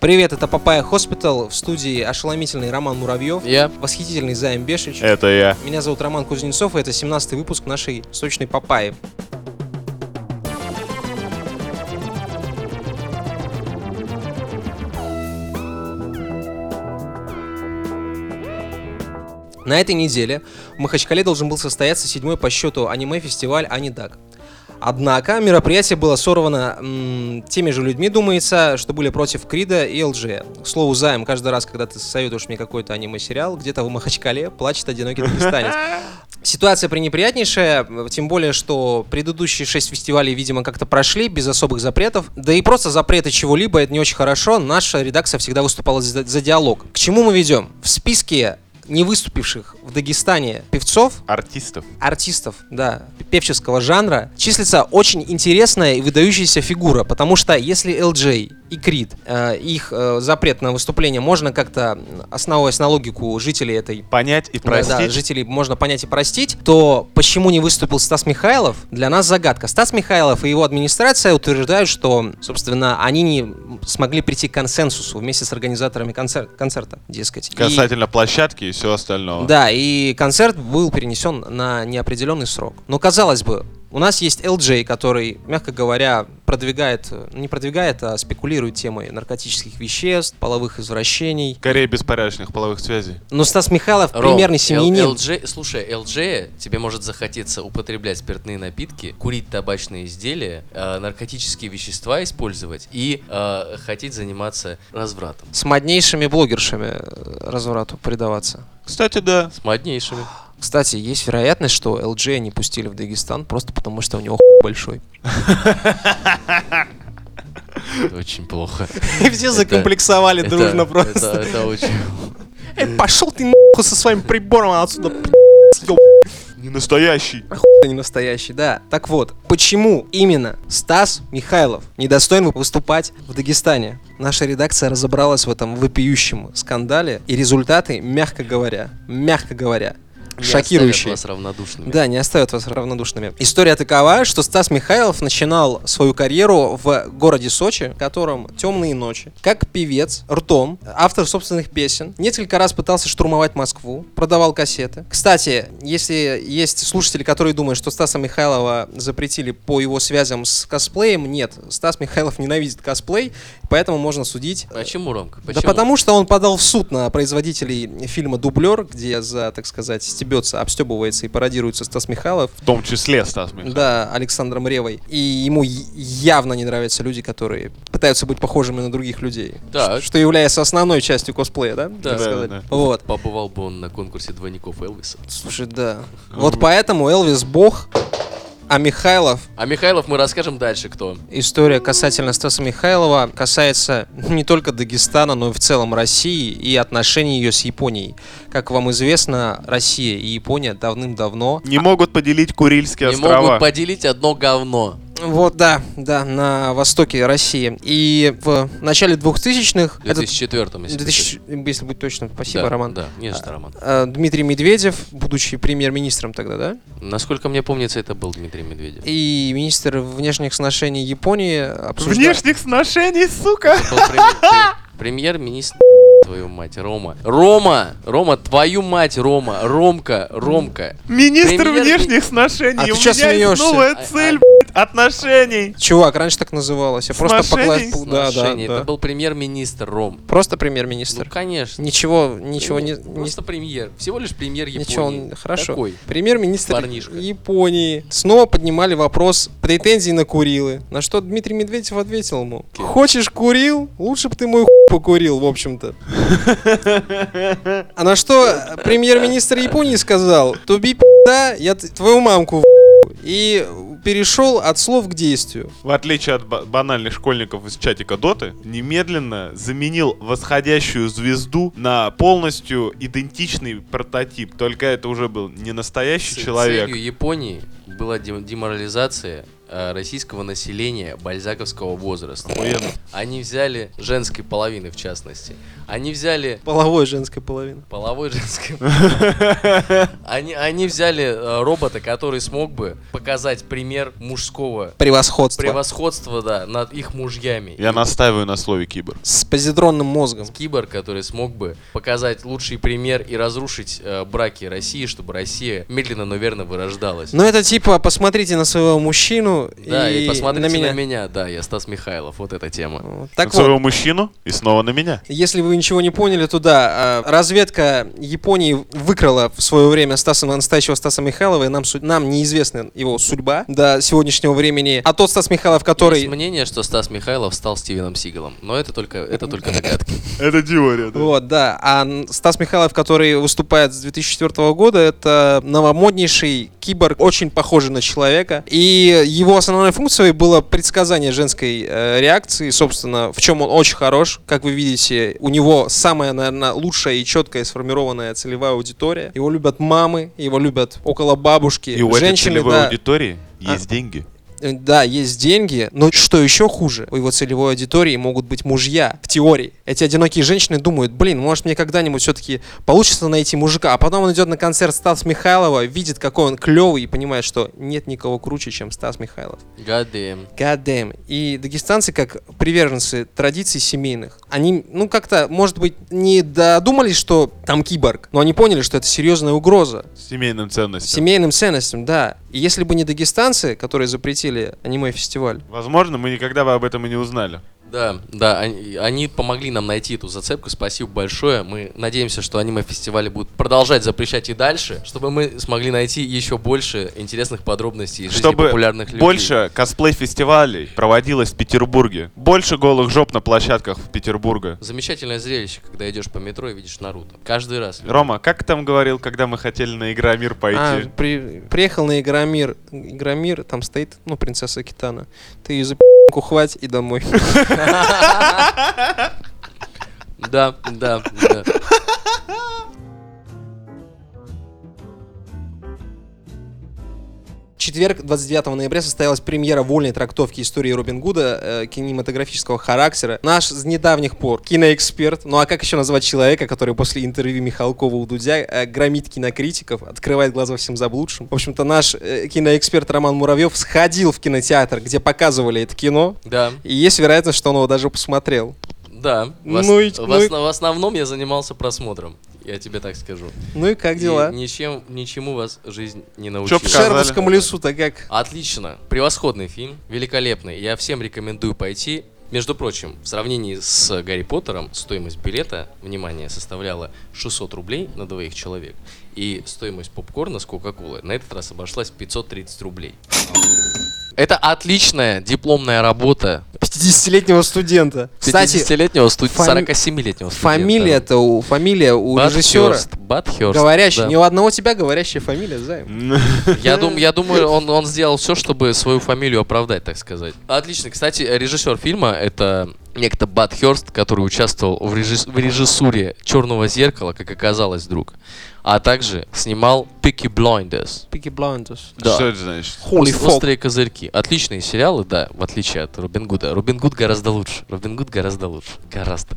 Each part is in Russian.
Привет, это Папая Хоспитал. В студии ошеломительный Роман Муравьев. Я. Восхитительный Заем Бешич. Э. Это я. Меня зовут Роман Кузнецов, и это 17-й выпуск нашей сочной Папаи. На этой неделе в Махачкале должен был состояться седьмой по счету аниме-фестиваль «Анидак». Однако мероприятие было сорвано м, теми же людьми, думается, что были против Крида и ЛЖ. К слову, Займ, каждый раз, когда ты советуешь мне какой-то аниме-сериал, где-то в Махачкале плачет одинокий дагестанец. Ситуация пренеприятнейшая, тем более, что предыдущие шесть фестивалей, видимо, как-то прошли без особых запретов. Да и просто запреты чего-либо, это не очень хорошо. Наша редакция всегда выступала за, за диалог. К чему мы ведем? В списке не выступивших в Дагестане певцов Артистов. артистов, да, певческого жанра, числится очень интересная и выдающаяся фигура, потому что если LJ и Крид, их э, запрет на выступление можно как-то, основываясь на логику жителей этой Понять и простить. да, да, жителей можно понять и простить, то почему не выступил Стас Михайлов, для нас загадка. Стас Михайлов и его администрация утверждают, что, собственно, они не смогли прийти к консенсусу вместе с организаторами концер- концерта, дескать. И- Касательно площадки и все остального. да, и концерт был перенесен на неопределенный срок. Но казалось бы, у нас есть LJ, который, мягко говоря, продвигает, э, не продвигает, а спекулирует темой наркотических веществ, половых извращений. Скорее беспорядочных половых связей. Но Стас Михайлов примерный семьянин. ЛЖ, слушай, ЛЖ тебе может захотеться употреблять спиртные напитки, курить табачные изделия, э, наркотические вещества использовать и э, хотеть заниматься развратом. С моднейшими блогершами э, разврату предаваться. Кстати, да. С моднейшими. Кстати, есть вероятность, что LJ не пустили в Дагестан просто потому, что у него хуй большой. Это очень плохо. И все закомплексовали Это- дружно это- просто. Это очень... Эй, пошел ты нахуй со своим прибором отсюда, пи***ц, ёб Не настоящий. не настоящий, да. Так вот, почему именно Стас Михайлов недостоин выступать в Дагестане? Наша редакция разобралась в этом вопиющем скандале, и результаты, мягко говоря, мягко говоря, Не оставят шокирующие. вас равнодушными. Да, не оставят вас равнодушными. История такова, что Стас Михайлов начинал свою карьеру в городе Сочи, в котором темные ночи, как певец, ртом, автор собственных песен. Несколько раз пытался штурмовать Москву, продавал кассеты. Кстати, если есть слушатели, которые думают, что Стаса Михайлова запретили по его связям с косплеем, нет, Стас Михайлов ненавидит косплей, поэтому можно судить э, Почему, Ромка? Почему? да потому что он подал в суд на производителей фильма «Дублер», где за, так сказать, стебется, обстебывается и пародируется Стас Михайлов. В том числе Стас Михайлов. Да, Александром Ревой. И ему я- явно не нравятся люди, которые пытаются быть похожими на других людей. Так. Ш- Что является основной частью косплея, да? Да. так Да, сказать? да, да. Вот. Побывал бы он на конкурсе двойников Элвиса. Слушай, да. Вот поэтому Элвис бог, а Михайлов А Михайлов мы расскажем дальше, кто. История касательно Стаса Михайлова касается не только Дагестана, но и в целом России и отношений ее с Японией. Как вам известно, Россия и Япония давным-давно... Не могут поделить Курильские Не острова. могут поделить одно говно. Вот, да, да, на востоке России. И в начале 2000-х... В этот- 2004 если 2000, если быть точным, спасибо, Да, Роман. Да, не за что, Роман. Э, Дмитрий Медведев, будучи премьер-министром тогда, да? Насколько мне помнится, это был Дмитрий Медведев. И министр внешних отношений Японии обсуждал... Внешних сношений, сука! Был прем- пре- Премьер-министр твою мать, Рома. Рома! Рома, твою мать, Рома! Ромка, Ромка. Министр Премьер- внешних сношений. А ты У чё меня есть смеёшься? новая А- а- цель, блядь, отношений. Чувак, раньше так называлось. Я просто покла- Сношений? пу- Ну Да, да, Отношения. да. Это был премьер-министр Ром. Просто Ну, премьер-министр. конечно. Ничего, ничего не... Премьер. Просто премьер. Всего лишь премьер не- Ничего, Японии. он- хорошо. Такой. Премьер-министр Парнишка. Японии снова поднимали вопрос претензий на Курилы. На что Дмитрий Медведев ответил ему. Окей. Хочешь Курил? Лучше бы ты мой хуй покурил, в общем-то. А на что э, премьер-министр Японии сказал, туби пи***да, я т- твою мамку в***». И перешел от слов к действию. В отличие от ба- банальных школьников из чатика Доты, немедленно заменил восходящую звезду на полностью идентичный прототип. Только это уже был не настоящий Ц- человек. Целью Японии была дем- деморализация э, российского населения бальзаковского возраста. Охуенно. Они взяли женской половины, в частности. Они взяли Половой женской половины. половой женской. Они, они взяли э, робота, который смог бы показать пример мужского Превосходство. превосходства, да, над их мужьями. Я настаиваю на слове кибер. С позитронным мозгом. Кибер, который смог бы показать лучший пример и разрушить э, браки России, чтобы Россия медленно, но верно вырождалась. Но это типа, посмотрите на своего мужчину Да, и, посмотрите на меня. да, я Стас Михайлов, вот эта тема. Вот. Так на вот. своего мужчину и снова на меня. Если вы ничего не поняли, то да, а, разведка Японии выкрала в свое время Стаса, настоящего Стаса Михайлова, и нам, су- нам неизвестна его судьба до сегодняшнего времени. А тот Стас Михайлов, который... Есть мнение, что Стас Михайлов стал Стивеном Сигалом, но это только, это только догадки. Это теория, да. Вот, да. А н- Стас Михайлов, который выступает с 2004 года, это новомоднейший киборг, очень похожий на человека. И его основной функцией было предсказание женской э, реакции, собственно, в чем он очень хорош. Как вы видите, у него самая, наверное, лучшая и четкая сформированная целевая аудитория. Его любят мамы, его любят около бабушки, И у этой женщины, целевой да. аудитории А. есть деньги. Э, Да, есть деньги, но что еще хуже, у его целевой аудитории могут быть мужья, в теории. Эти одинокие женщины думают, блин, может мне когда-нибудь все-таки получится найти мужика, а потом он идет на концерт Стас Михайлова, видит, какой он клевый и понимает, что нет никого круче, чем Стас Михайлов. God damn. God damn. И дагестанцы, как приверженцы традиций семейных, они, ну, как-то, может быть, не додумались, что там киборг, но они поняли, что это серьезная угроза. С Семейным ценностям. Семейным ценностям, да. И если бы не дагестанцы, которые запретили аниме-фестиваль, Возможно, мы никогда бы об этом и не узнали. Да, да, они, они помогли нам найти эту зацепку, спасибо большое. Мы надеемся, что аниме-фестивали будут продолжать запрещать и дальше, чтобы мы смогли найти еще больше интересных подробностей из жизни Чтобы популярных людей. больше косплей-фестивалей проводилось в Петербурге. Больше голых жоп на площадках в Петербурга. Замечательное зрелище, когда идешь по метро и видишь Наруто. Каждый раз. Рома, как ты там говорил, когда мы хотели на Игромир А, пойти? при- приехал на Игромир. Игромир, там стоит, ну, принцесса Китана. Ты ее за хвать и домой. Да, да, да. четверг, 29 ноября, состоялась премьера вольной трактовки истории Робин Гуда э, кинематографического характера. Наш с недавних пор киноэксперт, ну а как еще назвать человека, который после интервью Михалкова у Дудя э, громит кинокритиков, открывает глаза всем заблудшим. В общем-то, наш э, киноэксперт Роман Муравьев сходил в кинотеатр, где показывали это кино, Да, и есть вероятность, что он его даже посмотрел. да. В, ос- Ну и- в ну и- осно- в основном я занимался просмотром. Я тебе так скажу. Ну и как И дела? ничем, ничему вас жизнь не научила. В Чё показали? Шербовском лесу-то как? Отлично. Превосходный фильм. Великолепный. Я всем рекомендую пойти. Между прочим, в сравнении с Гарри Поттером стоимость билета, внимание, составляла 600 рублей на двоих человек. И стоимость попкорна с Кока-Колы на этот раз обошлась 530 рублей. Это отличная дипломная работа 50-летнего студента. Кстати, 50-летнего студ- фами- 47-летнего студента. фамилия-то у фамилия у режиссера. Батхёрст, Батхёрст, Говорящий. да. Ни у одного тебя говорящая фамилия, Займ. Я, дум, я думаю, он, он сделал все, чтобы свою фамилию оправдать, так сказать. Отлично. Кстати, режиссер фильма это некто Бат Хёрст, который участвовал в, режис- в режиссуре Черного зеркала, как оказалось, вдруг. А также снимал Пики Blinders. Пики Блаундус. Да. Что это значит? Holy Ос- fuck. Острые козырьки. Отличные сериалы, да, в отличие от Робин Гуда. Робин Гуд гораздо лучше. Робин Гуд гораздо лучше. Гораздо.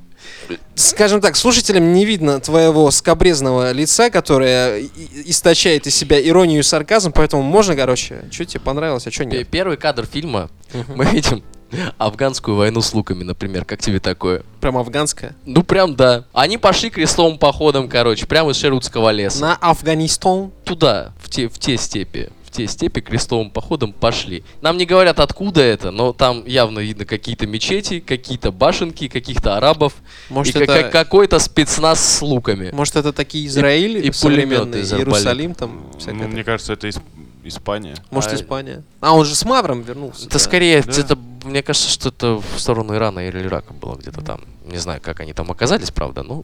Скажем так, слушателям не видно твоего скобрезного лица, которое и- и- источает из себя иронию и сарказм, поэтому можно, короче, что тебе понравилось, а что П- нет. Первый кадр фильма Мгм. мы видим афганскую войну с луками, например. Как тебе такое? Прям афганское. Ну прям да. Они пошли крестовым походом, короче, прямо из Шерутского леса. На Афганистан. Туда, в те, в те степи. В те степи крестовым походом пошли. Нам не говорят, откуда это, но там явно видно какие-то мечети, какие-то башенки, каких-то арабов. Может, и ка- это- ка- какой-то спецназ с луками. Может, это такие Израиль и современные, пулемёты из арбалета. Иерусалим, там всякое. Ну, мне кажется, это Исп- Испания. такое. Может, А- Испания. А он же с Мавром вернулся. Это скорее, да. это, мне кажется, что это в сторону Ирана или Ирака было где-то там. Не знаю, как они там оказались, правда, ну...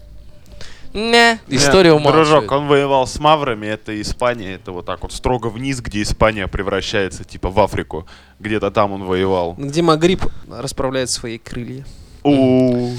Не, история Нет, Дружок, а- умалчивает. он воевал с маврами, это Испания, это вот так вот строго вниз, где Испания превращается, типа в Африку. Где-то там он воевал. Где Магриб расправляет свои крылья. У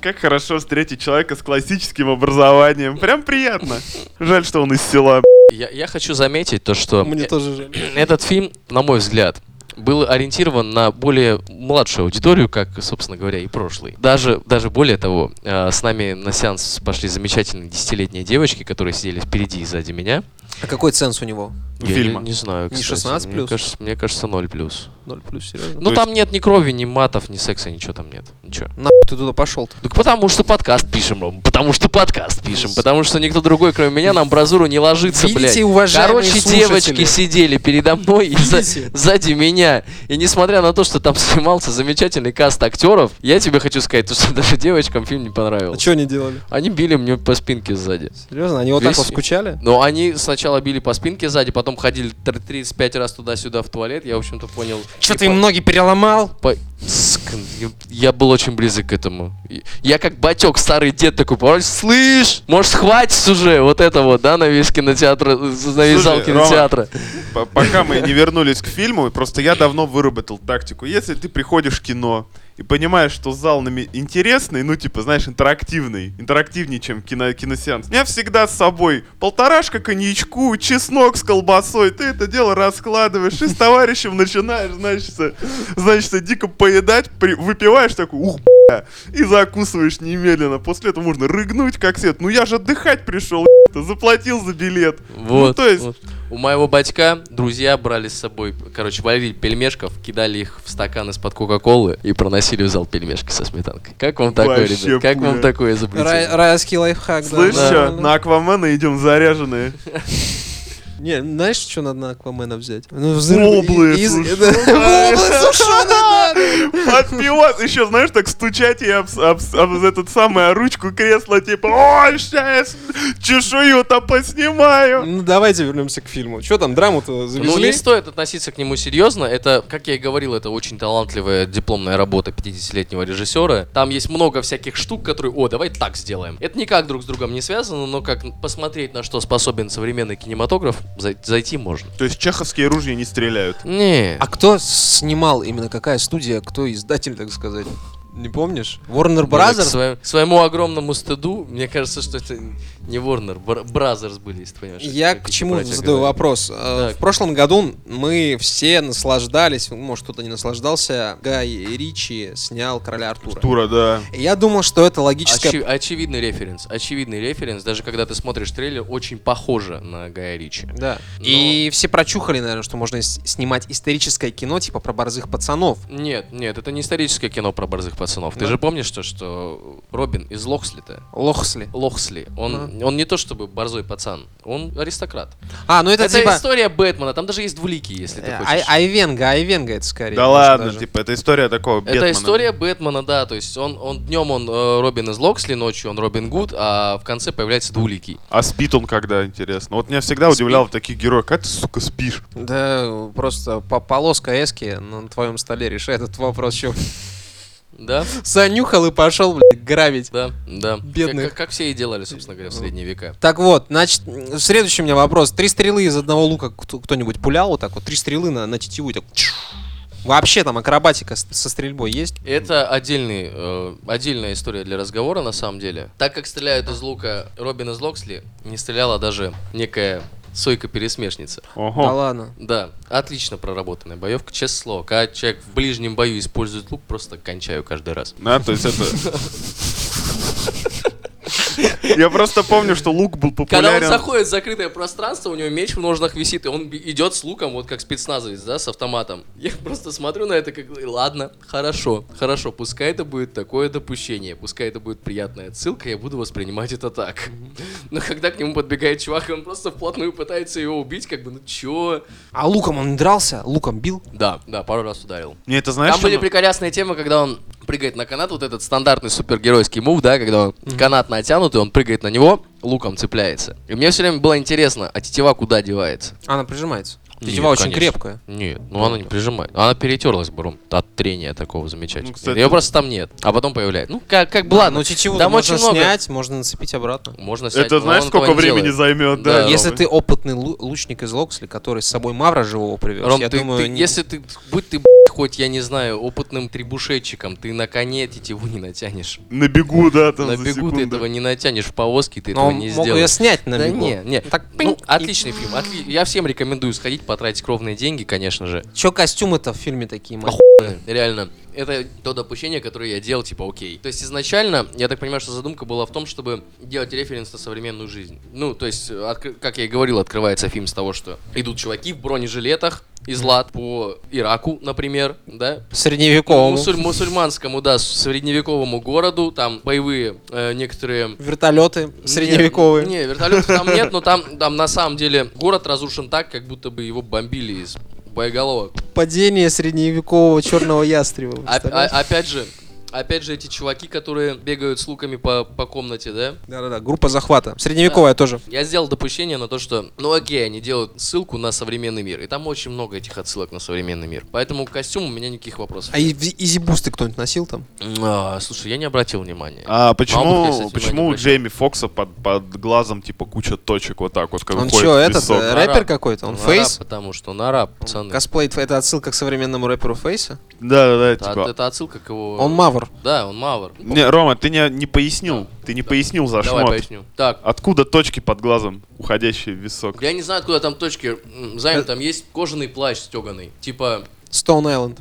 Как хорошо встретить человека с классическим образованием. Прям приятно. Жаль, что он из села. Я, я хочу заметить то, что... э, Мне тоже жаль. Этот фильм, на мой взгляд, был ориентирован на более младшую аудиторию, как, собственно говоря, и прошлый. Даже, даже более того, э, с нами на сеанс пошли замечательные десятилетние девочки, которые сидели впереди и сзади меня. А какой ценс у него? У Я не- фильма. не знаю, Не кстати. 16 Мне плюс? кажется, мне кажется, 0 плюс. 0 плюс, серьезно? Ну То там нет ни крови, ни матов, ни секса, ничего там нет. Ничего. Нахуй ты туда пошел -то? Так потому что подкаст пишем, Ром, потому что подкаст пишем, потому что никто другой, кроме меня, на амбразуру не ложится, блядь. Видите, уважаемые Короче, слушатели. девочки сидели передо мной и за- Видите? сзади меня. И несмотря на то, что там снимался замечательный каст актеров, я тебе хочу сказать, то, что даже девочкам фильм не А понравился. что они делали? Они били мне по спинке сзади. Серьезно? Они вот так вот Весь- скучали? Но они сначала били по спинке сзади, потом ходили тр- 35 раз туда-сюда в туалет. Я, в общем-то, понял. Че И ты им по- ноги переломал? по- Ск- Я был очень близок к этому. И- Я как батек, старый дед такой, «Ой, слышь, может, хватит уже вот это вот, да, на весь кинотеатр, э, на весь зал Слушай, кинотеатра. П- Пока мы не вернулись к фильму, просто я давно выработал тактику. Если ты приходишь в кино и понимаешь, что зал нами интересный, ну, типа, знаешь, интерактивный, интерактивнее, чем кино, киносеанс. У меня всегда с собой полторашка коньячку, чеснок с колбасой. Ты это дело раскладываешь и с товарищем начинаешь, значит, со- значит, со дико поедать, при- выпиваешь такой, ух, бля», и закусываешь немедленно. После этого можно рыгнуть как свет. Ну я же отдыхать пришел, заплатил за билет. Вот. Ну, то есть- вот. У моего батька друзья брали с собой, короче, варили пельмешков, кидали их в стакан из-под Кока-Колы и проносили в зал пельмешки со сметанкой. Как вам такое, Вообще ребят? Как вам пуля. такое изобретение? Рай- райский лайфхак, да, Слышь, да. чё, нормально. на Аквамена идем заряженные. Не, знаешь, что надо на Аквамена взять? Ну, Воблы сушеные. Облы сушеные надо. От пива еще, знаешь, так стучать и об, об- об этот самый о ручку кресла, типа, ой, сейчас чешую-то поснимаю. Ну, давайте вернемся к фильму. Что там, драму-то Ну, завезли? не стоит относиться к нему серьезно. Это, как я и говорил, это очень талантливая дипломная работа 50-летнего режиссера. Там есть много всяких штук, которые, о, давай так сделаем. Это никак друг с другом не связано, но как посмотреть, на что способен современный кинематограф, зай- зайти можно. То есть чеховские ружья не стреляют. Не. А кто снимал именно какая студия, кто издатель, так сказать? Не помнишь? Warner К Brothers? своему, к своему огромному стыду, мне кажется, что это не Warner, Бр- Brothers были, если ты понимаешь. Я как к эти чему братья задаю говорят. вопрос. Э, Так. В прошлом году мы все наслаждались, может кто-то не наслаждался, Гай Ричи снял Короля Артура. Тура, да. И Я думал, что это логическое Очи- очевидный референс, очевидный референс, даже когда ты смотришь трейлер, очень похоже на Гая Ричи. Да. Но- И все прочухали, наверное, что можно с- снимать историческое кино, типа про борзых пацанов. Нет, нет, это не историческое кино про борзых пацанов. Ты Да. же помнишь то, что Робин из Лохслита, Лохсли. Лохсли, он, он не то чтобы борзой пацан, он аристократ. А, ну это, Это, типа... история Бэтмена, там даже есть двулики, если ты э, хочешь. Ай- Айвенга, Айвенга это скорее. Да может, ладно, даже. типа, это история такого Бэтмена. Это история Бэтмена, да, то есть он, он днем он э, Робин из Локсли, ночью он Робин Гуд, а в конце появляется двуликий. А спит он когда, интересно? Вот меня всегда Спит. удивляло в таких героев. Как ты, сука, спишь? Да, просто по полоска эски на твоем столе решает этот вопрос. Еще Да, занюхал и пошел, блядь, грабить. да, да. Бедных. Как, как- как все и делали, собственно говоря, в средние века. Так вот, значит, м, следующий у меня вопрос. Три стрелы из одного лука кто- кто-нибудь пулял вот так вот? Три стрелы на, на тетиву и так... чш. Вообще там акробатика с- со стрельбой есть? Это отдельный, э, отдельная история для разговора, на самом деле. Так как стреляют из лука Робин из Локсли, не стреляла даже некая Сойка-пересмешница. Да Ого. ладно. Да, отлично проработанная боевка, честное слово. Когда человек в ближнем бою использует лук, просто кончаю каждый раз. Да, то есть это... Я просто помню, что лук Когда был он популярен. заходит в закрытое пространство, у него меч в ножнах висит, и он би- идет с луком, вот как спецназовец, да, с автоматом. Я просто смотрю на это как, ладно, хорошо, хорошо, пускай это будет такое допущение, пускай это будет приятная отсылка, я буду воспринимать это так. Но когда к нему подбегает чувак, и он просто вплотную пытается его убить, как бы, ну чё? А луком он не дрался? Луком бил? Да, да, пару раз ударил. Мне это знаешь, Там были что- прекрасные темы, когда он прыгает на канат, вот этот стандартный супергеройский мув, да, когда он канат натянутый, он прыгает на него, луком цепляется. И мне все время было интересно, а тетива куда девается? Она прижимается. Нет, Тетива очень конечно. крепкая. Нет, ну она не прижимает. Она перетерлась бы, Ром, от трения такого замечательного. Ну, кстати- Ее просто там нет, а потом появляется. Ну, как, как бы, Ладно, ладно. ну тетиву там можно очень много. снять, можно нацепить обратно. Можно снять, Это но знаешь, он этого сколько не времени делает. займет, Да, да? Если Рома? ты опытный лу- лучник из Локсли, который с собой Мавра живого привез, Ром, я ты, думаю, ты- не- если ты, будь ты, б***ь, хоть, я не знаю, опытным трибушетчиком, ты на коне тетиву не натянешь. На бегу, да, там на за бегу ты секунду. этого не натянешь, в повозке ты но этого не мог сделаешь. ее снять на да бегу. не, не. Так, Ну, пинь, и- отличный фильм. отли- Я всем рекомендую сходить, потратить кровные деньги, конечно же. Че костюмы-то в фильме такие? мать? Реально. Это то допущение, которое я делал, типа, окей. То есть изначально, я так понимаю, что задумка была в том, чтобы делать референс на современную жизнь. Ну, то есть, откры- как я и говорил, открывается фильм с того, что идут чуваки в бронежилетах из лад по Ираку, например, да, Средневековому. Мусуль- мусульманскому, да, с- средневековому городу, там боевые э, некоторые... Вертолеты средневековые. Не, не, вертолетов там нет, но там, там на самом деле город разрушен так, как будто бы его бомбили из боеголовок. Падение средневекового черного ястреба. А- представляешь? а- опять же, опять же эти чуваки, которые бегают с луками по, по комнате, да? Да-да-да, группа захвата. Средневековая тоже. Я сделал допущение на то, что, ну окей, они делают ссылку на современный мир, и там очень много этих отсылок на современный мир. Поэтому к костюму у меня никаких вопросов. А и- изибусты кто-нибудь носил там? А, слушай, я не обратил внимания. А почему, Мало кто, кстати, почему у внимание Джейми Фокса под, под глазом типа куча точек вот так вот, как Он уходит что, в этот, песок? э, рэпер какой-то? Он на фейс? раб, потому что на раб, пацаны. Косплей, тв- это отсылка к современному рэперу Фейса? Да, да, да, Это, типа. это отсылка к его... Он мавр. Да, он мавр. Не, Рома, ты не, не пояснил. Ты не пояснил за Давай шмот. поясню. Так, Откуда точки под глазом, уходящие в висок? я не знаю, откуда там точки. М, Займ, там есть кожаный плащ стеганый. Типа, Stone Island.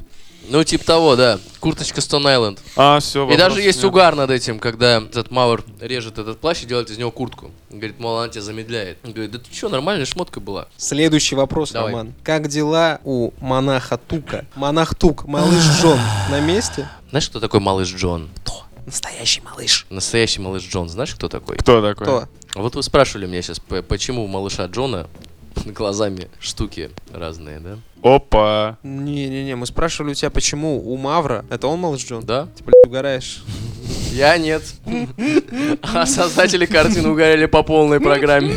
ну типа того, да. Курточка Stone Island. А, все, И даже есть угар над этим, когда этот Мавр режет этот плащ и делает из него куртку. Он говорит, мол, она тебя замедляет. Он говорит, да ты чё, нормальная шмотка была. Следующий вопрос, Давай. Роман. Как дела у монаха Тука? Монах Тук, малыш Джон на месте? Знаешь, кто такой малыш Джон? Кто? Настоящий малыш. Настоящий малыш Джон, знаешь, кто такой? Кто такой? Кто? Вот вы спрашивали меня сейчас, п- почему у малыша Джона глазами штуки разные, да? Опа. Не-не-не, мы спрашивали у тебя, почему у Мавра, это он малыш Джон? Да? Ты, блядь, угораешь. Я нет. А создатели картины угорели по полной программе.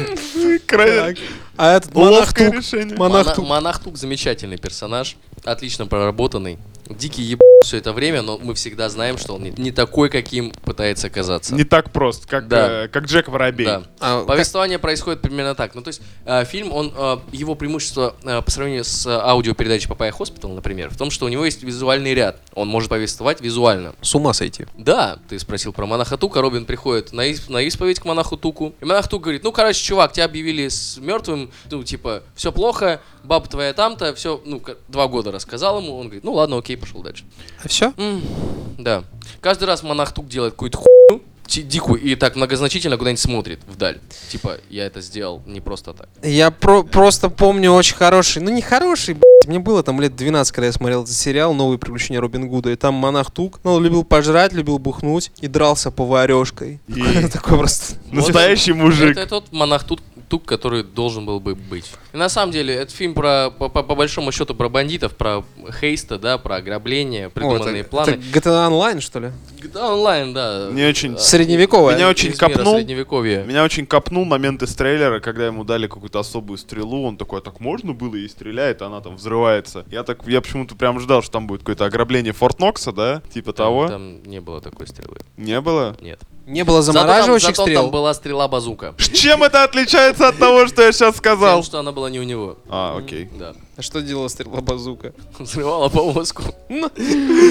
Край- А этот монах Ловкое Тук, решение. монах Мона- Тук. Монах Тук замечательный персонаж, отлично проработанный. Дикий еб все это время, но мы всегда знаем, что он не, не такой, каким пытается казаться. Не так просто, как, Да. э, как Джек Воробей. Да. А, как- Повествование происходит примерно так. Ну, то есть, э, фильм, он, э, его преимущество э, по сравнению с э, аудиопередачей Папая Хоспитал, например, в том, что у него есть визуальный ряд. Он может повествовать визуально. С ума сойти. Да, ты спросил про монаха Тука. Робин приходит на, исп- на исповедь к монаху Туку. И монах Тук говорит, ну, короче, чувак, тебя объявили с мертвым. Ну, типа, все плохо, баба твоя там-то. Все, ну, к- два года рассказал ему. Он говорит, ну, ладно, окей, пошел дальше. А все? М, да. Каждый раз монах Тук делает какую-то хуйню чи- дикую и так многозначительно куда-нибудь смотрит вдаль. Типа, я это сделал не просто так. Я про- просто помню очень хороший, ну не хороший, блядь, мне было там лет 12, когда я смотрел этот сериал «Новые приключения Робин Гуда», и там монах Тук, ну, он любил пожрать, любил бухнуть и дрался поварешкой. И- Такой просто... Настоящий мужик. Это тот монах Тук, Тук, который должен был бы быть. И на самом деле, это фильм про, по, по- по большому счету, про бандитов, про хейста, да, про О, ограбление, это- придуманные планы. это GTA Online, что ли? Да, онлайн, да. Мне очень- Да. Средневековая. Меня очень Из мира копнул. Средневековья. Меня очень копнул момент из трейлера, когда ему дали какую-то особую стрелу. Он такой, а так можно было? И стреляет, а она там взрывается. Я так, я почему-то прям ждал, что там будет какое-то ограбление Форт Нокса, да? Типа того. Там не было такой стрелы. Не было? Нет. Не было Зато там- замораживающих зато стрел. там была стрела базука. Ш- Чем это отличается от того, что я сейчас Потому сказал? что она была не у него. А, окей. Да. А что делала стрела базука? Взрывала повозку.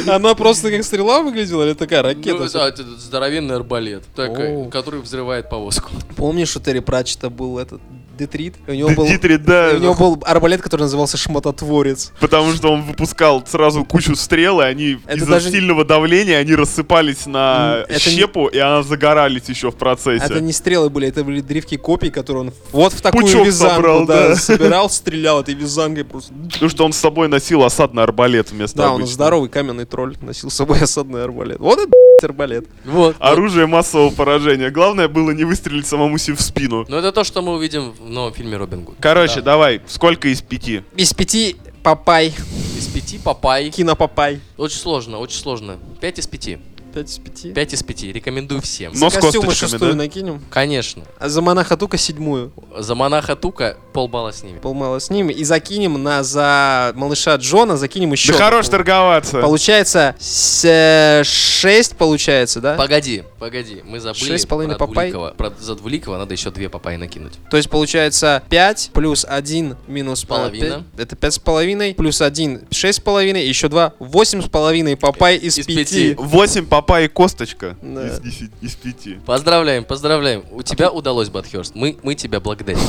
Она просто как стрела выглядела или такая Ну, да, это здоровенный арбалет, такой, Оу. который взрывает повозку. Помнишь, у Терри Пратчета был этот Детрит? У него был... Дитри, У него да, был арбалет, который назывался Шмототворец. потому что он выпускал сразу кучу стрел, и они Это из-за даже- сильного давления они рассыпались на М, это не- щепу, и она загорались еще в процессе. Это не стрелы были, это были древки копий, которые он вот в такую Пучок вязанку собрал, да, да. собирал, стрелял этой вязанкой просто. Потому что он с собой носил осадный арбалет вместо Да, он обычного. здоровый каменный тролль носил с собой осадный арбалет. Вот это блядь, арбалет. Вот. Оружие массового поражения. Главное было не выстрелить самому себе в спину. Но Ну, это то, что мы увидим в новом фильме Робин Гуд. Короче, давай, сколько из пяти? Из пяти Папай, Из пяти Папай. кинопапай. Очень сложно, очень сложно. Пять из пяти. Пять из пяти. Пять из пяти. Рекомендую всем. Ну, Но с За костюмы косточками, шестую да? накинем. Конечно. А за монаха Тука седьмую. За монаха Тука полбала с ними. Полмало с ними. И закинем на за малыша Джона, закинем еще. да хорош торговаться. Получается, с- шесть получается, да? Погоди, погоди, мы забыли Шесть с половиной про папай. Двуликова. Про за Двуликова надо еще две папай накинуть. То есть получается 5 плюс 1 минус э, Половина. пя- Это 5 с половиной, плюс 1 6 с половиной, еще 2 8 с половиной папай из, Из 5. пяти. Восемь лапа и косточка Да. из, десяти- из пяти. Поздравляем, поздравляем. У тебя удалось, Батхерст. Мы, мы тебя благодарим.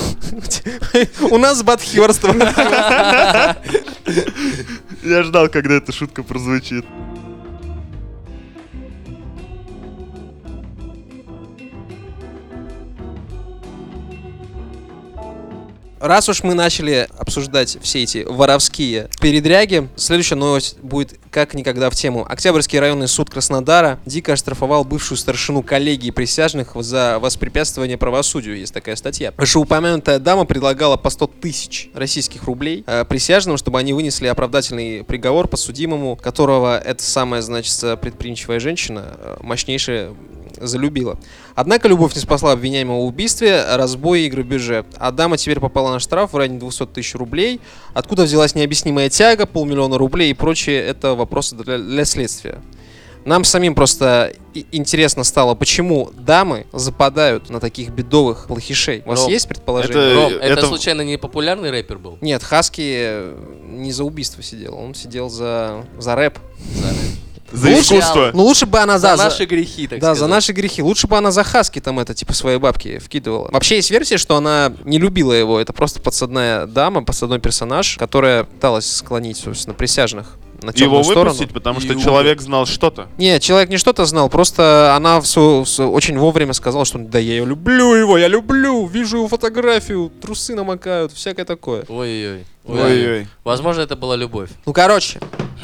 У нас батхерство. Я ждал, когда эта шутка прозвучит. Раз уж мы начали обсуждать все эти воровские передряги, следующая новость будет как никогда в тему. Октябрьский районный суд Краснодара дико оштрафовал бывшую старшину коллегии присяжных за воспрепятствование правосудию. Есть такая статья. Вышеупомянутая дама предлагала по 100 тысяч российских рублей э, присяжным, чтобы они вынесли оправдательный приговор подсудимому, которого эта самая, значит, предприимчивая женщина э, мощнейшая залюбила. Однако любовь не спасла обвиняемого в убийстве, разбое и грабеже. А дама теперь попала на штраф в районе 200 тысяч рублей. Откуда взялась необъяснимая тяга, полмиллиона рублей и прочее, это вопросы для, для следствия. Нам самим просто и- интересно стало, почему дамы западают на таких бедовых плохишей. У вас Ром, есть предположение? Э, Ром, Ну, это, это- случайно не популярный рэпер был? Нет, Хаски э, не за убийство сидел, он сидел за, за рэп. За Лучше- искусство. Ну лучше бы она за... Э. за за- наши грехи, так да, за сказать. наши грехи. Лучше бы она за Хаски там это, типа, своей бабки вкидывала. Вообще есть версия, что она не любила его. Это просто подсадная дама, подсадной персонаж, которая пыталась склонить, собственно, присяжных на темную Его сторону. выпустить, потому что И человек знал что-то. Нет, человек не что-то знал, просто она в сво- в сво- очень вовремя сказала, что да я ее люблю его, я люблю, вижу его фотографию, трусы намокают, всякое такое. Ой-ой-ой. Ой-ой. Возможно, это была любовь. Ну, короче,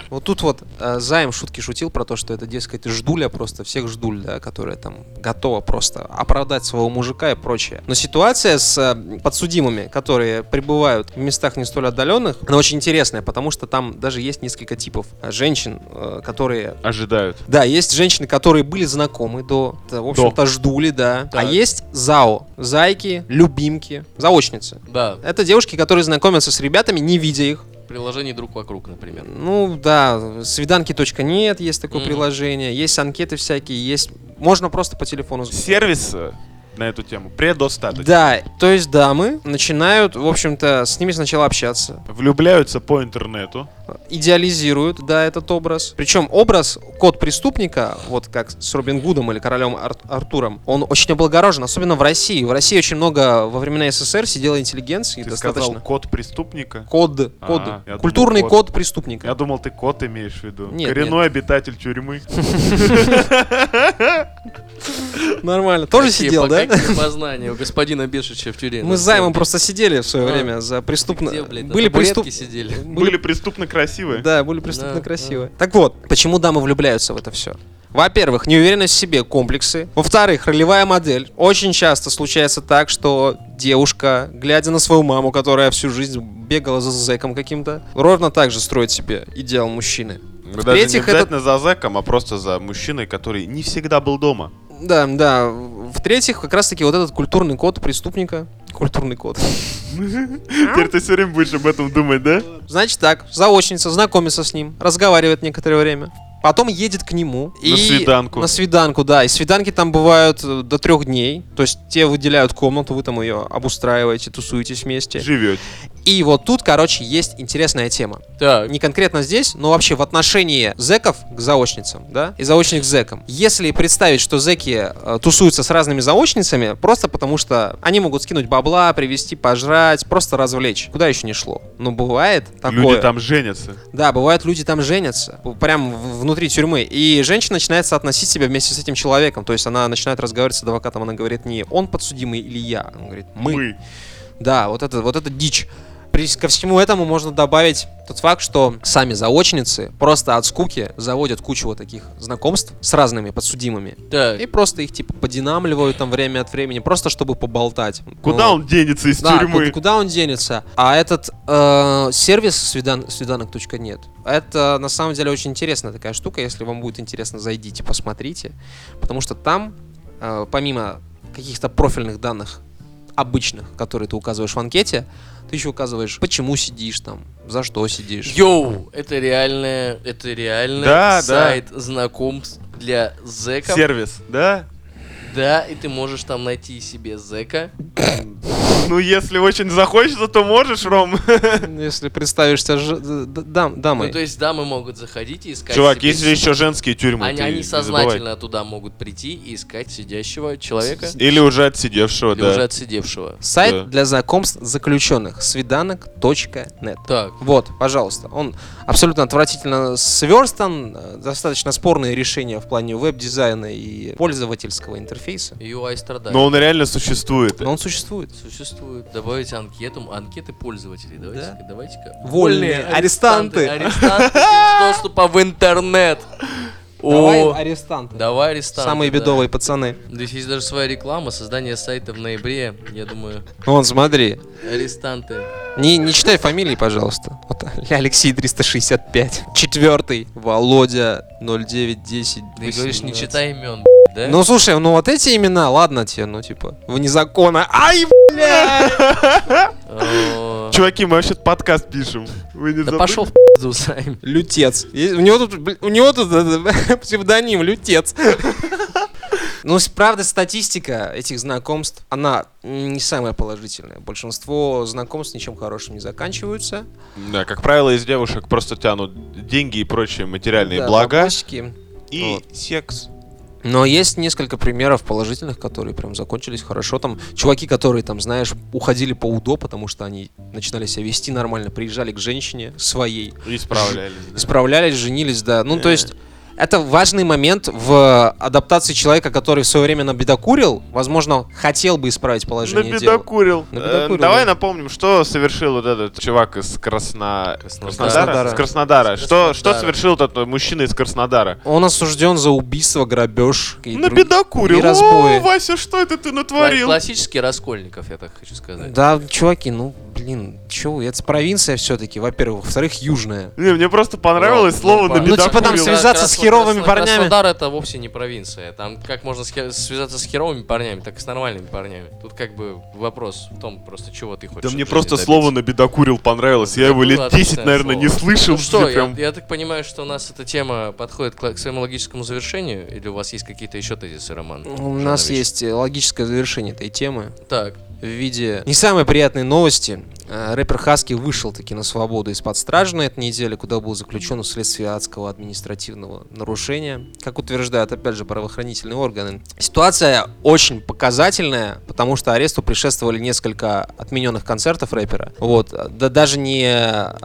вот тут вот э, Займ шутки шутил про то, что это, дескать, ждуля просто, всех ждуль, да, которая там готова просто оправдать своего мужика и прочее. Но ситуация с э, подсудимыми, которые пребывают в местах не столь отдаленных, она очень интересная, потому что там даже есть несколько типов э, женщин, э, которые Ожидают. да, есть женщины, которые были знакомы до, да, в общем-то, ждули, да. Так. А есть зао, зайки, любимки, заочницы. Да, Это девушки, которые знакомятся с ребятами, не видя их, приложение друг вокруг, например. ну да, свиданки.нет есть такое Мгм. приложение, есть анкеты всякие, есть... Можно просто по телефону... з- Сервиса э, на эту тему предостаточно. Да, то есть дамы начинают, в общем-то, с ними сначала общаться, Влюбляются по интернету. идеализируют, да, этот образ. Причем образ, код преступника, вот как с Робин Гудом или Королем Ар- Артуром, он очень облагорожен, особенно в России. В России очень много во времена СССР сидела интеллигенции, Ты достаточно. сказал код преступника. Код, код, А, я думал, культурный код. код преступника. Я думал, ты кот имеешь в виду. Нет, Коренной обитатель тюрьмы. Нормально. Тоже Какие сидел, да? покакие познания у господина Бешича в тюрьме. Мы с займом просто сидели в свое А, время за преступно... Где, блядь, на были табуретке преступ- сидели? Были преступно красивые. Да, были преступно Да, красивые. Так вот, почему дамы влюбляются в это все? Во-первых, неуверенность в себе, комплексы. Во-вторых, ролевая модель. Очень часто случается так, что девушка, глядя на свою маму, которая всю жизнь бегала за зэком каким-то, ровно так же строит себе идеал мужчины. Ну, Даже не В-третьих, это- обязательно за зэком, а просто за мужчиной, который не всегда был дома. Да, да. В-третьих, как раз-таки вот этот культурный код преступника. Культурный код. А? Теперь ты все время будешь об этом думать, да? Значит так, заочница знакомится с ним, разговаривает некоторое время. Потом едет к нему. На свиданку. На свиданку, да. И свиданки там бывают э, до трех дней. То есть те выделяют комнату, вы там ее обустраиваете, тусуетесь вместе. Живет. И вот тут, короче, есть интересная тема. Так, Не конкретно здесь, но вообще в отношении зэков к заочницам, да, и заочник к зэкам. Если представить, что зэки э, тусуются с разными заочницами, просто потому что они могут скинуть бабла, привезти, пожрать, просто развлечь. Куда еще не шло. Но бывает такое. Люди там женятся. Да, бывают люди там женятся, прям в- внутри тюрьмы, и женщина начинает соотносить себя вместе с этим человеком, то есть она начинает разговаривать с адвокатом, она говорит не он подсудимый или я, он говорит мы. Мы. Да, вот это, вот это дичь. При- ко всему этому можно добавить тот факт, что сами заочницы просто от скуки заводят кучу вот таких знакомств с разными подсудимыми. так. И просто их типа подинамливают там время от времени, просто чтобы поболтать. Куда Ну, он денется из да, куда, тюрьмы? куда он денется? А этот э, сервис свидан, свиданок.нет, это на самом деле очень интересная такая штука. Если вам будет интересно, зайдите, посмотрите. Потому что там, э, помимо каких-то профильных данных обычных, которые ты указываешь в анкете, ты еще указываешь, почему сидишь там, за что сидишь. Йоу, это реальное, это реальный Да, да. сайт знакомств для зэков. Сервис, да? Да, и ты можешь там найти себе зэка. Ну, если очень захочется, то можешь, Ром. Если представишься ж- э, д- д- дам- дамой. Ну, то есть дамы могут заходить и искать... Чувак, себе- есть же еще женские тюрьмы. Они, ты они не сознательно туда могут прийти и искать сидящего человека забывай. Или уже отсидевшего, или да. уже отсидевшего. Сайт Да. для знакомств заключенных свиданок.нет. Так, Вот, пожалуйста. Он абсолютно отвратительно сверстан, э, достаточно спорные решения в плане веб-дизайна и пользовательского интерфейса. UI страдает. Но он реально существует. Но он существует. Существует. Добавить анкету, анкеты пользователей. Давайте-ка, давайте-ка. Вольные арестанты. Арестанты без доступа в интернет. Давай О, арестанты. давай арестанты. Самые да. бедовые пацаны. Здесь есть даже своя реклама, создание сайта в ноябре, я думаю, Вон, Ну смотри. арестанты. Не, не читай фамилии, пожалуйста. Вот, Алексей 365. Четвертый. Володя 0910. Ты говоришь, не 18. читай имен, да? Ну слушай, ну вот эти имена, ладно тебе, ну типа, вне закона. Ай, бля! О, Чуваки, мы вообще подкаст пишем. Вы не Да забыли? пошел в пизду, Сайм. Лютец. Есть- У него тут, бля, у него тут э, псевдоним Лютец. Ну, с- правда, статистика этих знакомств, она не самая положительная. Большинство знакомств ничем хорошим не заканчиваются. Да, как правило, из девушек просто тянут деньги и прочие материальные Да, блага. бабосики. И секс. Но есть несколько примеров положительных, которые прям закончились хорошо. Там чуваки, которые там, знаешь, уходили по УДО, потому что они начинали себя вести нормально, приезжали к женщине своей, И справлялись. да. исправлялись, женились, да. Ну, то есть... Это важный момент в адаптации человека, который в свое время набедокурил, возможно, хотел бы исправить положение дела. Набедокурил. Набедокурил, Э, Давай да. напомним, что совершил вот этот чувак из Красно... Краснодара. Краснодара? Из Краснодара. Из Что, что Краснодара. совершил этот мужчина из Краснодара? Он осужден за убийство, грабеж и друг- Набедокурил. и разбои. О, Вася, что это ты натворил? Классический Раскольников, я так хочу сказать. Да, чуваки, ну, блин, чего? Это провинция все-таки, во-первых. Во-вторых, южная. Не, мне просто понравилось Ну, слово ну, типа там набедокурил. связь- связаться с херовыми парнями. Краснодар это вовсе не провинция. Там как можно с хе- связаться с херовыми парнями, так и с нормальными парнями. Тут как бы вопрос в том, просто чего ты хочешь. Да от мне жизни просто добиться. слово набедокурил понравилось. Я Это его было лет 10, отличное наверное, слово. не слышал. Ну что, Я я, прям- я так понимаю, что у нас эта тема подходит к, к своему логическому завершению, или у вас есть какие-то еще тезисы, Роман? У нас Жанович? есть э, логическое завершение этой темы Так, в виде не самой приятной новости. Э, Рэпер Хаски вышел таки на свободу из-под стражи на этой неделе, куда был заключен вследствие адского административного нарушения. Как утверждают, опять же, правоохранительные органы. Ситуация очень показательная, потому что аресту предшествовали несколько отмененных концертов рэпера. Вот. Да даже не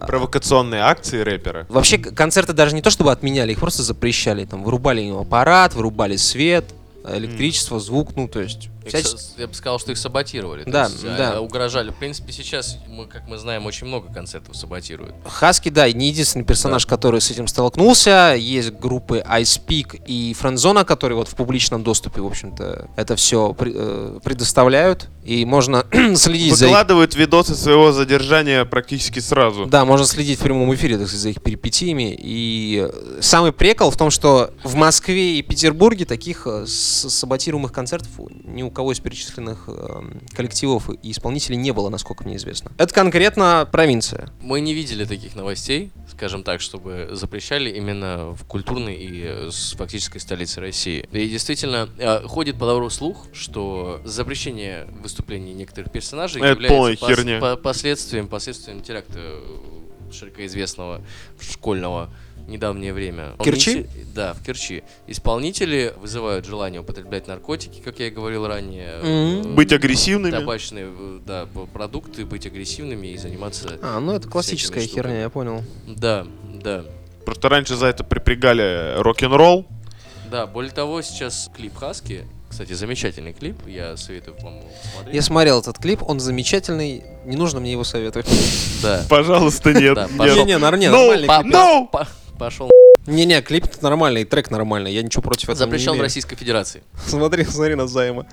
Провокационные акции рэпера. Вообще к- концерты даже не то чтобы отменяли, их просто запрещали. Там вырубали им аппарат, вырубали свет, э, электричество, звук, ну то есть. их вся- со- я бы сказал, что их саботировали. то Да, есть, а, да. а, Угрожали. В принципе, сейчас, мы, как мы знаем, очень много концертов саботируют. Хаски, да, не единственный персонаж, который с этим столкнулся. Есть группы iSpeak и Френдзона, которые вот в публичном доступе, в общем-то, это все предоставляют. И можно следить за их... Выкладывают видосы своего задержания практически сразу. Да, можно следить в прямом эфире, так сказать, за их перипетиями. И э, самый прикол в том, что в Москве и Петербурге таких э, с- саботируемых концертов ни у кого из перечисленных эм, коллективов и исполнителей не было, насколько мне известно. Это конкретно провинция. Мы не видели таких новостей, скажем так, чтобы запрещали именно в культурной и э, с фактической столице России. И действительно, э, ходит по добру слух, что запрещение выступлений некоторых персонажей Это полная является херня. по- последствием, последствием теракта э, широкоизвестного школьного в недавнее время. В Керчи? Исполнители- Да, в Керчи. Исполнители вызывают желание употреблять наркотики, как я и говорил ранее. Мгм. э, Быть агрессивными. Табачные э, да, п- продукты, быть агрессивными и заниматься... А, ну это классическая Всякими штуками. херня, я понял. Да, да. Просто раньше за это припрягали рок-н-ролл. Да, более того, сейчас клип Хаски, кстати, замечательный клип, я советую вам его посмотреть. Я смотрел этот клип, он замечательный, не нужно мне его советовать. Да. Пожалуйста, нет. Да, нет. пошел. Не-не, нар- не, Ну, нормальный пап- клип. No! Пошел. Не-не, клип нормальный, трек нормальный, я ничего против этого не Запрещен в имею. Российской Федерации. Смотри, смотри на займа.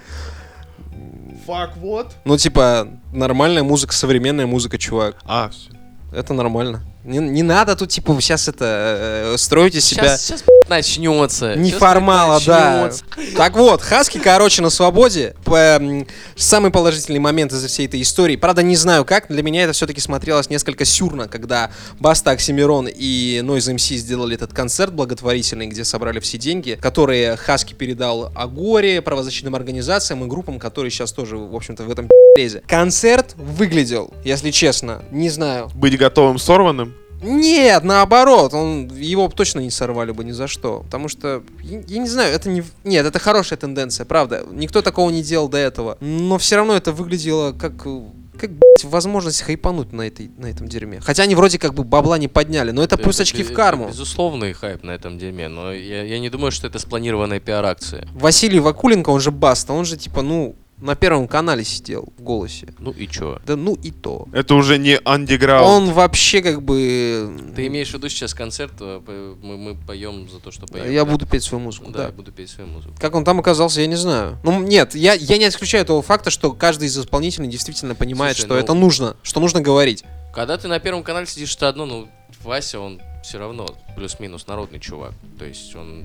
Fuck, вот. Ну, типа, нормальная музыка, современная музыка, чувак. А, всё. Это нормально. Не, не надо тут, типа, сейчас это, э, строить из себя Сейчас, начнется. неформала, да. Так вот, Хаски, короче, на свободе. П- м, Самый положительный момент из всей этой истории. Правда, не знаю как, для меня это все-таки смотрелось несколько сюрно, когда Баста, Оксимирон и Noise MC сделали этот концерт благотворительный, где собрали все деньги, которые Хаски передал Агоре, правозащитным организациям и группам, которые сейчас тоже, в общем-то, в этом Резе. Концерт выглядел, если честно, не знаю. Быть готовым сорванным. Нет, наоборот, он, его б точно не сорвали бы ни за что. Потому что, я, я не знаю, это не... в- Нет, это хорошая тенденция, правда. Никто такого не делал до этого. Но все равно это выглядело как... э, Как, блядь, возможность хайпануть на, этой, на этом дерьме. Хотя они вроде как бы бабла не подняли, но это плюс очки бе- в карму. Безусловный хайп на этом дерьме, но я, я не думаю, что это спланированная пиар-акция. Василий Вакуленко, он же Баста, он же типа, ну, на первом канале сидел в голосе. Ну и чё? Да ну и то. Это уже не андеграунд. Он вообще как бы... Ты имеешь в виду сейчас концерт, э, п- мы, мы поем за то, что поем. Я буду петь свою музыку, Да, да. я буду петь свою музыку. Как он там оказался, я не знаю. Ну, м, нет, я, я не исключаю того факта, что каждый из исполнителей действительно понимает, Слушай, что ну- это нужно, что нужно говорить. Когда ты на первом канале сидишь, это одно, но Вася, он все равно плюс-минус народный чувак. То есть он...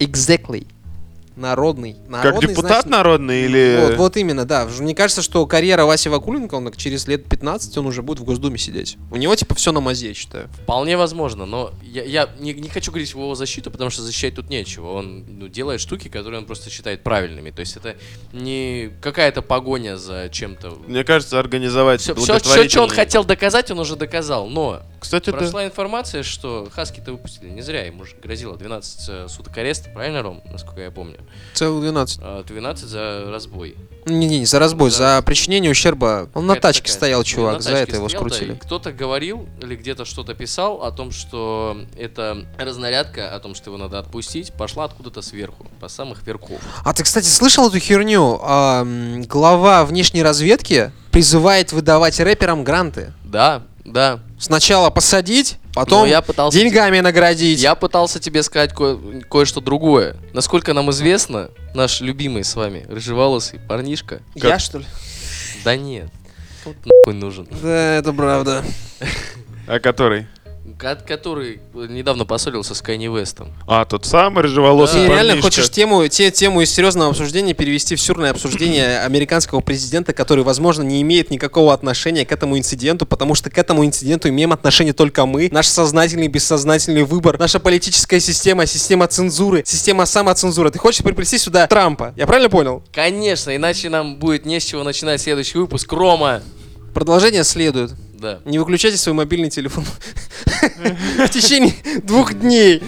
Exactly. Народный. Как Народный, депутат э. значит- ну, народный или... Вот, вот именно, да. Ж- Мне кажется, что карьера Васи Вакуленко, он так через лет 15, он уже будет в Госдуме сидеть. У него, типа, все на мазе, я считаю. Вполне возможно, но я, я не, не хочу говорить в его защиту, потому что защищать тут нечего. Он ну, делает штуки, которые он просто считает правильными. То есть это не какая-то погоня за чем-то. Мне кажется, организовать Все, благотворительный- что он хотел доказать, он уже доказал. Но Кстати, да. прошла информация, что Хаски-то выпустили не зря. Ему же грозило 12 э, суток ареста, правильно, Ром? Насколько я помню. Целых 12. Э, 12 за разбой. Не-не, за разбой, За- за, причинение ущерба. Он на Какая-то тачке такая. стоял, Ну, чувак, на за тачке это его стоял, да, скрутили. и Кто-то говорил или где-то что-то писал о том, что это разнарядка, о том, что его надо отпустить, пошла откуда-то сверху, по самых верхов. А ты, кстати, слышал эту херню? А, м, глава внешней разведки призывает выдавать рэперам гранты. Да, да. Сначала посадить, потом Но Ну, я пытался деньгами те- наградить. Я пытался тебе сказать кое- кое-что другое. Насколько нам известно, наш любимый с вами рыжеволосый парнишка. Я, что ли? Да нет. Вот нахуй нужен. Да, это правда. А который? Ко- Который недавно поссорился с Кайни Вестом. А, тот самый рыжеволосый Ты реально парнишка. хочешь тему, те, тему из серьезного обсуждения перевести в сюрное обсуждение американского президента, который, возможно, не имеет никакого отношения к этому инциденту, потому что к этому инциденту имеем отношение только мы, наш сознательный и бессознательный выбор, наша политическая система, система цензуры, система самоцензуры. Ты хочешь приплести сюда Трампа? Я правильно понял? Конечно, иначе нам будет не с чего начинать следующий выпуск. Рома! Продолжение следует. Да. Не выключайте свой мобильный телефон в течение двух дней.